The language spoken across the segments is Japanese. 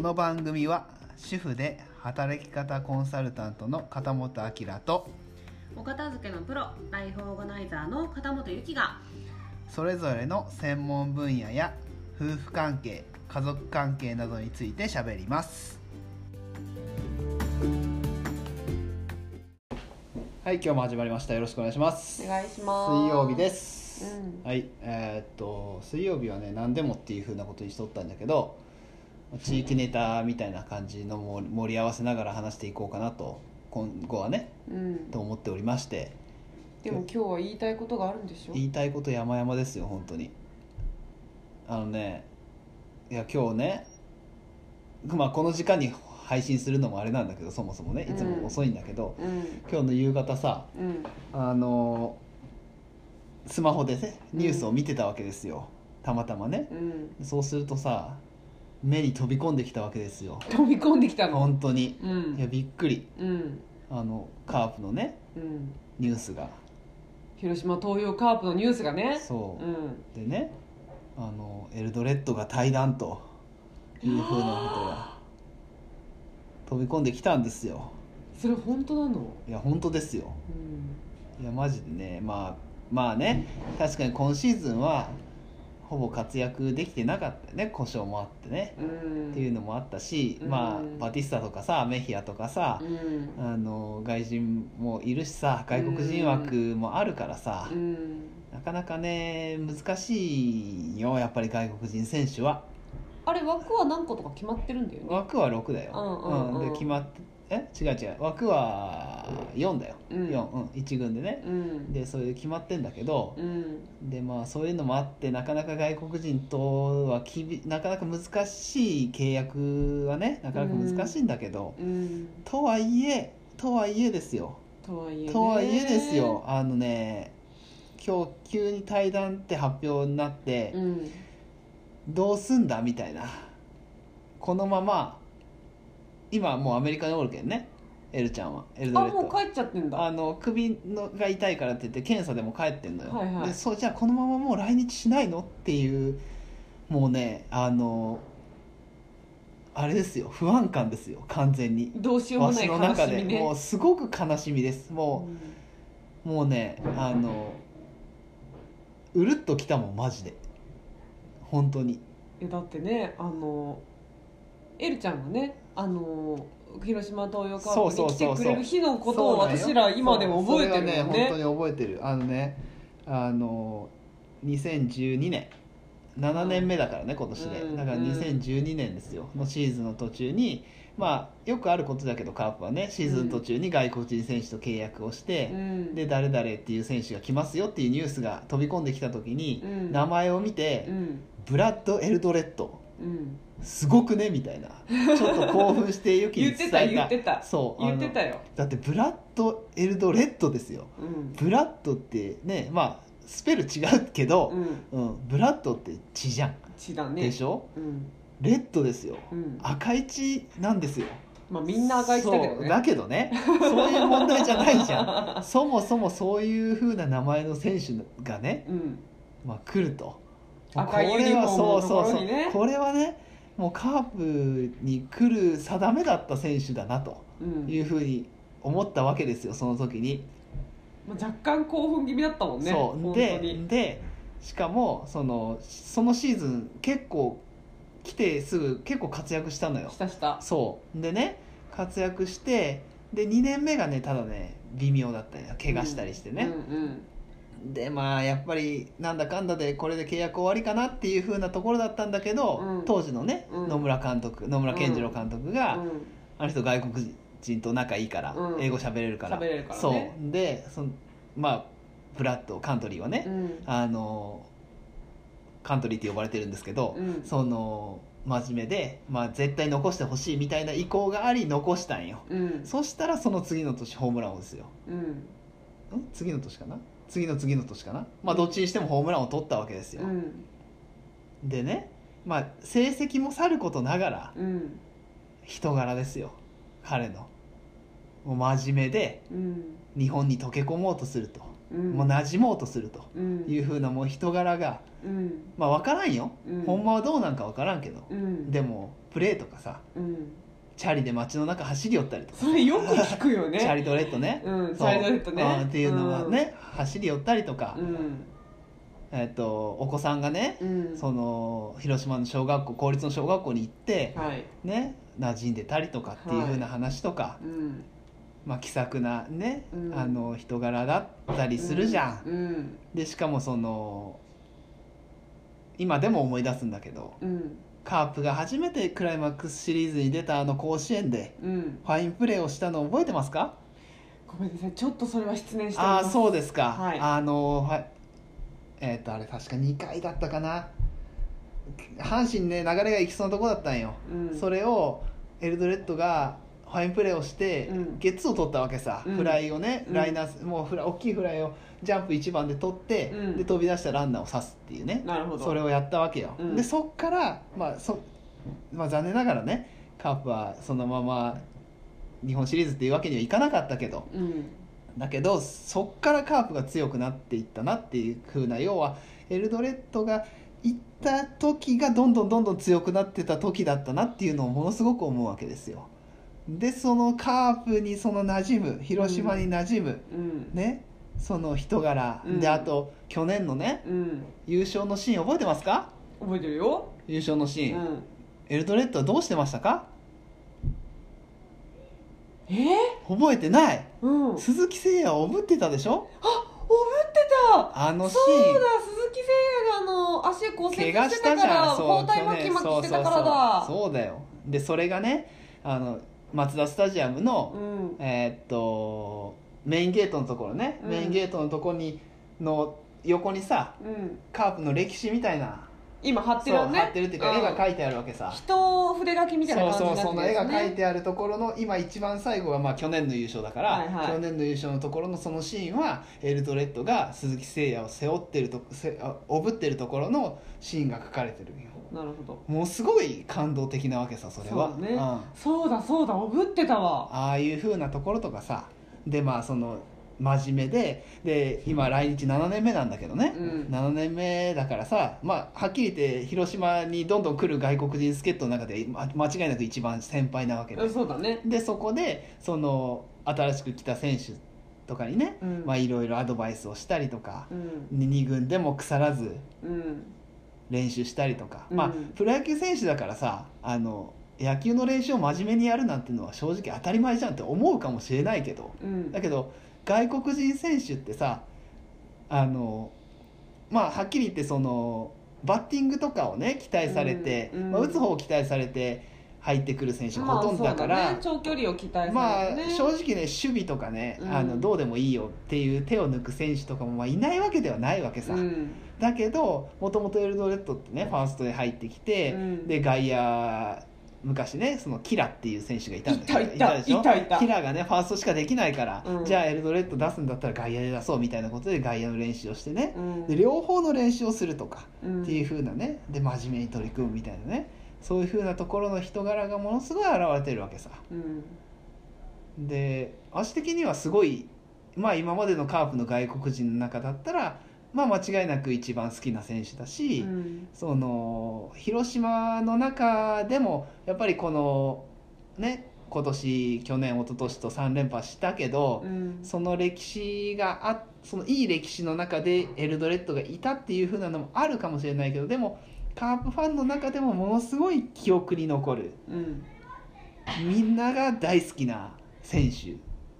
の番組は主婦で働き方コンサルタントの片本明とお片付けのプロライフオーガナイザーの片本由紀がそれぞれの専門分野や夫婦関係家族関係などについて喋りますはい今日も始まりましたよろしくお願いしますお願いします水曜日です、うんはいえーっと水曜日はね何でもっていうふうなことにしとったんだけど地域ネタみたいな感じの も盛り合わせながら話していこうかなと今後はねうん、と思っておりましてでも今日は言いたいことがあるんでしょ言いたいこと山々ですよ本当にあのねいや今日ねまあこの時間に配信するのもあれなんだけどそもそもねいつうんも遅いんだけど、うん今日の夕方さうんあのスマホでねニュースを見てたわけですよ、たまたまねうんそうするとさ目に飛び込んできたわけですよ飛び込んできたの本当にういやんびっくりうんあのカープのねうんニュースが広島東洋カープのニュースがねそう、うでんねあのエルドレッドが対談というふうなことが飛び込んできたんですよそれ本当なのいや本当ですようんいやマジでねまあまあね確かに今シーズンはほぼ活躍できてなかったよね故障もあってねうんっていうのもあったし、まあうんバティスタとかさメヒアとかさ、うんあの外人もいるしさ外国人枠もあるからさ、うんなかなかね難しいよやっぱり外国人選手はあれ枠は何個とか決まってるんだよね枠は6だよ、うんうんうんで決まってえ違う違う枠は4だよ、うん4、うん、1軍でねうんでそれで決まってんだけど、うんでまあそういうのもあってなかなか外国人とはきびなかなか難しい契約はねなかなか難しいんだけど、うんとはいえとはいえですよとはいえねとはいえですよあのね今日急に対談って発表になって、うんどうすんだみたいなこのまま今もうアメリカにおるけんねエルちゃんはエルあドレッもうド帰っちゃってんだあの首のが痛いからって言って検査でも帰ってんのよ、はいはいでそうじゃあこのままもう来日しないのっていうもうねあのあれですよ不安感ですよ完全にどうしようもわなしいの悲中しでみねもうすごく悲しみですもう、もうねあのうるっときたもんマジで本当にえだってねあのエルちゃんがねあの広島東洋カープそに来うそうそてうくそうれる日のことを私ら今でも覚えてるもんねそうそれはね本当に覚えてるあのねあの2012年7年目だからね、今年で、うんだから2012年ですよのシーズンの途中にまあよくあることだけどカープはねシーズン途中に外国人選手と契約をして、うんで誰々っていう選手が来ますよっていうニュースが飛び込んできた時に、うん名前を見て、うんブラッド・エルドレッドうんすごくねみたいなちょっと興奮してユキに 言っ伝てえたた言ってたそうあ言のってたよ、だってブラッド・エルドレッドですようんブラッドってねまあスペル違うけど、うん、うんブラッドって血じゃん、血だねでしょうんレッドですようん、赤い血なんですよまあみんな赤い血だけどそうねだけどねそういう問題じゃないじ ゃんそもそもそういうふうな名前の選手がねうんまあ、来ると赤いユニフォームのところにねこれはねもうカープに来る定めだった選手だなとうんいうふうに思ったわけですよその時に、まあ、若干興奮気味だったもんねそう本当でにでしかもそのそのシーズン結構来てすぐ結構活躍したのよしたしたそうでね活躍してで2年目がねただね微妙だったんや怪我したりしてね、うんでまあやっぱりなんだかんだでこれで契約終わりかなっていう風なところだったんだけど、うん当時のね、うん野村監督野村健次郎監督が、うんあの人外国人と仲いいから、うん英語喋れるから喋れるからねそうでそのまあブラッドカントリーはうね、んあのカントリーって呼ばれてるんですけど、うんその真面目で、まあ、絶対残してほしいみたいな意向があり残したんようんそしたらその次の年ホームラン王ですようんん次の年かな次の次の年かなまあどっちにしてもホームランを取ったわけですよ、うんでねまあ成績もさることながらうん人柄ですよ彼のもう真面目でうん日本に溶け込もうとするとうんもう馴染もうとするとうんいうふうなもう人柄がうんまあ分からんよ、うんほんまはどうなんか分からんけど、うんでもプレーとかさうんチャリで街の中走り寄ったりとかそれよく聞くよチャねリドレッドね、うんチそうャイドレッドうんねっていうのはね、走り寄ったりとか、うんえっとお子さんがね、うんその広島の小学校公立の小学校に行ってはいね馴染んでたりとかっていうはいふうな話とか、うんまあ、気さくなね、うんあの人柄だったりするじゃん、うんでしかもその今でも思い出すんだけどうんカープが初めてクライマックスシリーズに出たあの甲子園でうんファインプレーをしたの覚えてますかごめんなさいちょっとそれは失念しておりあまあすそうですか、はいあのはいえっ、とあれ確か2回だったかな阪神ね流れがいきそうなとこだったんよ、うんそれをエルドレッドがファインプレーをしてうんゲッツーを取ったわけさ、うんフライをね、うんライナーもうフラ大きいフライをジャンプ1番で取って、うんで飛び出したランナーを刺すっていうねなるほどそれをやったわけよ、うんでそっから、まあそまあ、残念ながらねカープはそのまま日本シリーズっていうわけにはいかなかったけどうんだけどそっからカープが強くなっていったなっていう風な要はエルドレッドが行った時がどんどんどんどん強くなってた時だったなっていうのをものすごく思うわけですよ。でそのカープにその馴染む広島に馴染む、うんねその人柄、うんであと去年のねうん優勝のシーン覚えてますか覚えてるよ優勝のシうーン、んエルドレッドはどうしてましたかえー覚えてないうんあおぶって鈴木誠也をおぶってたでしょたあのシーンそうだ鈴木誠也があの足骨折して怪た我したじかゃらん包帯去巻き年巻きそしうてそうたからだそうそうだよでそれがねあのマツダスタジアムの、うんえーっとメインゲートのところね、うんメインゲートのところにの横にさうんカープの歴史みたいな、今貼ってそうるよね貼ってるっていうか、うん絵が描いてあるわけさ人筆書きみたいなそう感そうじそにのなって絵るやがつ描いねてあるところの今一番最後はまあ去年の優勝だから、はいはい去年の優勝のところのそのシーンはエルドレッドが鈴木誠也を背負ってるとせあおぶってるところのシーンが描かれてるんよなるほどもうすごい感動的なわけさそれはそうだねんあそうだそうだおぶってたわあいう風なところとかさでまあその真面目でで今来日7年目なんだけどね、うん7年目だからさ、まあ、はっきり言って広島にどんどん来る外国人助っ人の中でま間違いなく一番先輩なわけでうんそうだねでそこでその新しく来た選手とかにね、うんまあ、いろいろアドバイスをしたりとか、うん2軍でも腐らずうん練習したりとか、うんまあプロ野球選手だからさあの野球の練習を真面目にやるなんてのは正直当たり前じゃんって思うかもしれないけどうんだけど外国人選手ってさあのまあはっきり言ってそのバッティングとかをね期待されて、うんうんまあ、打つ方を期待されて入ってくる選手がまあほとんどだから、そうね長距離を期待まさあれるね正直ね守備とかね、うんあのどうでもいいよっていう手を抜く選手とかもまあいないわけではないわけさ、うんだけどもともとエルドレッドってねファーストで入ってきて、うんで外野昔ねそのキラっていう選手がいたんだけどいたいたでしょいたいたキラがねファーストしかできないから、うんじゃあエルドレッド出すんだったら外野で出そうみたいなことで外野の練習をしてねう、んで両方の練習をするとか、うんっていう風なねで真面目に取り組むみたいなねそういう風なところの人柄がものすごい現れてるわけさ。うんで足的にはすごいまあ今までのカープの外国人の中だったらまあ間違いなく一番好きな選手だし、うんその広島の中でもやっぱりこのね今年去年一昨年と3連覇したけど、うんその歴史があそのいい歴史の中でエルドレッドがいたっていう風なのもあるかもしれないけどでもカープファンの中でもものすごい記憶に残るうんみんなが大好きな選手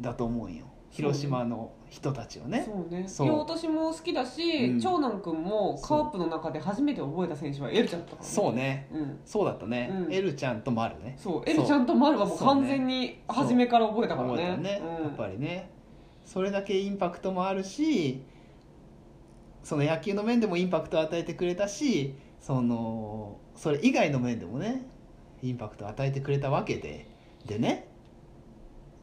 だと思うんよ広島の人たちをねそうねそういや私も好きだし、うん長男くんもそうカープの中で初めて覚えた選手はエルちゃんだったからそうねうんそうだったね、うんエルちゃんとマルねそうエルちゃんとマルはもうそうね完全に初めから覚えたから思ねうよね、うんやっぱりねそれだけインパクトもあるしその野球の面でもインパクトを与えてくれたしそのそれ以外の面でもねインパクトを与えてくれたわけででね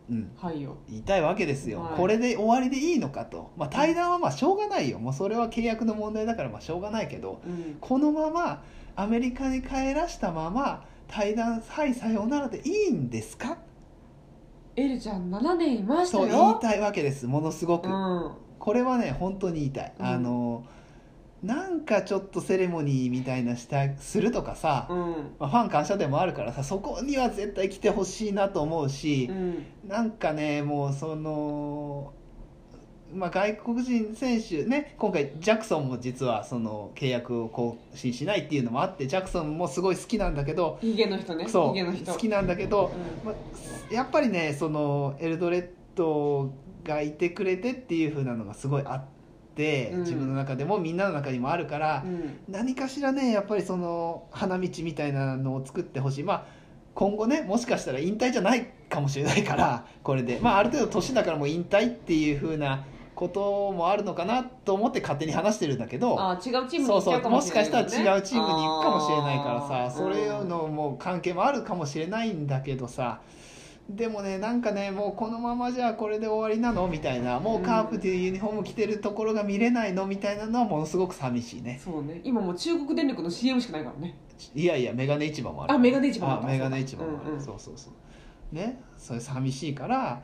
うんはいよ言いたいわけですよ、はいこれで終わりでいいのかと、まあ、対談はまあしょうがないよもうそれは契約の問題だからまあしょうがないけどうんこのままアメリカに帰らしたまま対談はいさようならでいいんですかエルちゃん7年いましたそうよ言いたいわけですものすごく、うんこれはね本当に言いたい、うんあのなんかちょっとセレモニーみたいなしたするとかさ、うんまあ、ファン感謝でもあるからさそこには絶対来てほしいなと思うしう、んなんかねもうその、まあ、外国人選手ね今回ジャクソンも実はその契約を更新しないっていうのもあってジャクソンもすごい好きなんだけどヒゲの人ねそヒゲのう人好きなんだけどう、んまあ、やっぱりねそのエルドレッドがいてくれてっていう風なのがすごいあって、うん自分の中でもみんなの中にもあるから、うん何かしらねやっぱりその花道みたいなのを作ってほしいまあ今後ねもしかしたら引退じゃないかもしれないからこれでまあある程度年だからもう引退っていう風なこともあるのかなと思って勝手に話してるんだけどあー違うチームにそう行っちそゃううかももししかれしなたいらね違うチームに行くかもしれないからさあそーれのもう関係もあるかもしれないんだけどさでもねなんかねもうこのままじゃこれで終わりなのみたいなもうカープというユニフォーム着てるところが見れないのみたいなのはものすごく寂しいねそうね今もう中国電力の CM しかないからねいやいやメガネ市場もあるあメガネ市場もああったメガネ市場もある、うんうんそうそうそうねそれ寂しいから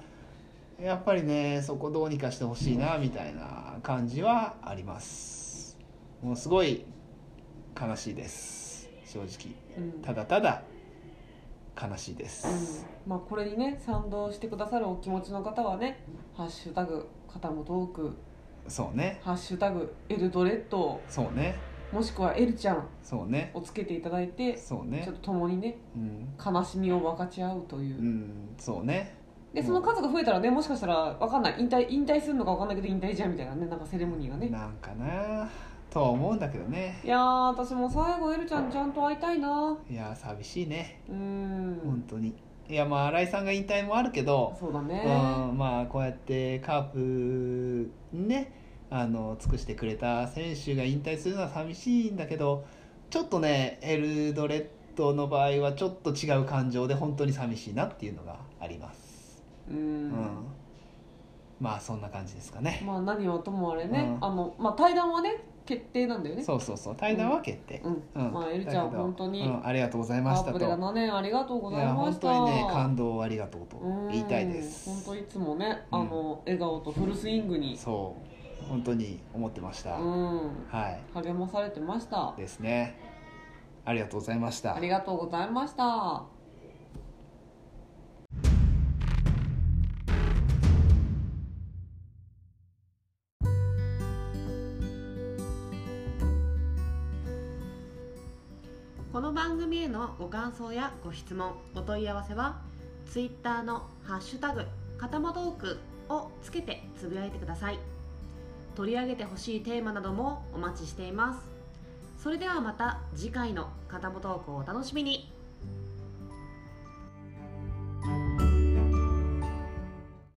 やっぱりねそこどうにかしてほしいなみたいな感じはありますもうすごい悲しいです正直うんただただ悲しいでうんす、まあ、これにね賛同してくださるお気持ちの方はね「ハッシュタグ肩もトーク」そうね「ハッシュタグエルドレッドそうね」もしくは「エルちゃんそう」ねをつけていただいてちそうょねっと共にねうん、悲しみを分かち合うというう、ん、そうねでその数が増えたらねもしかしたら分かんない引退引退するのか分かんないけど引退じゃんみたいなねなんかセレモニーがねなんかなとは思うんだけどねいやー私も最後エルちゃんちゃんと会いたいないや寂しいねうー本ん当にいやまあ新井さんが引退もあるけど、そうだねうん、まあこうやってカープにねあの尽くしてくれた選手が引退するのは寂しいんだけどちょっとねエルドレッドの場合はちょっと違う感情で本当に寂しいなっていうのがあります、ううんんまあそんな感じですかね、まあ何はともあれね、うんあのまあ対談はね決定なんだよねそうそうそう対談は決定、うんうんまあエルちゃんだけど本当にうんありがとうございまカしたーとプで7年ありがとうごいざいやま本した当にね感動をありがとうと言いたいですうん本当いつもね、うんあの笑顔とフルスイングに、そう本当に思ってましうた、ん、は励まされてましたいですねありがとうございましたありがとうございましたこの番組へのご感想やご質問お問い合わせは Twitter の「ハッシュタグかたまトーク」をつけてつぶやいてください取り上げてほしいテーマなどもお待ちしていますそれではまた次回の「かたまトーク」をお楽しみに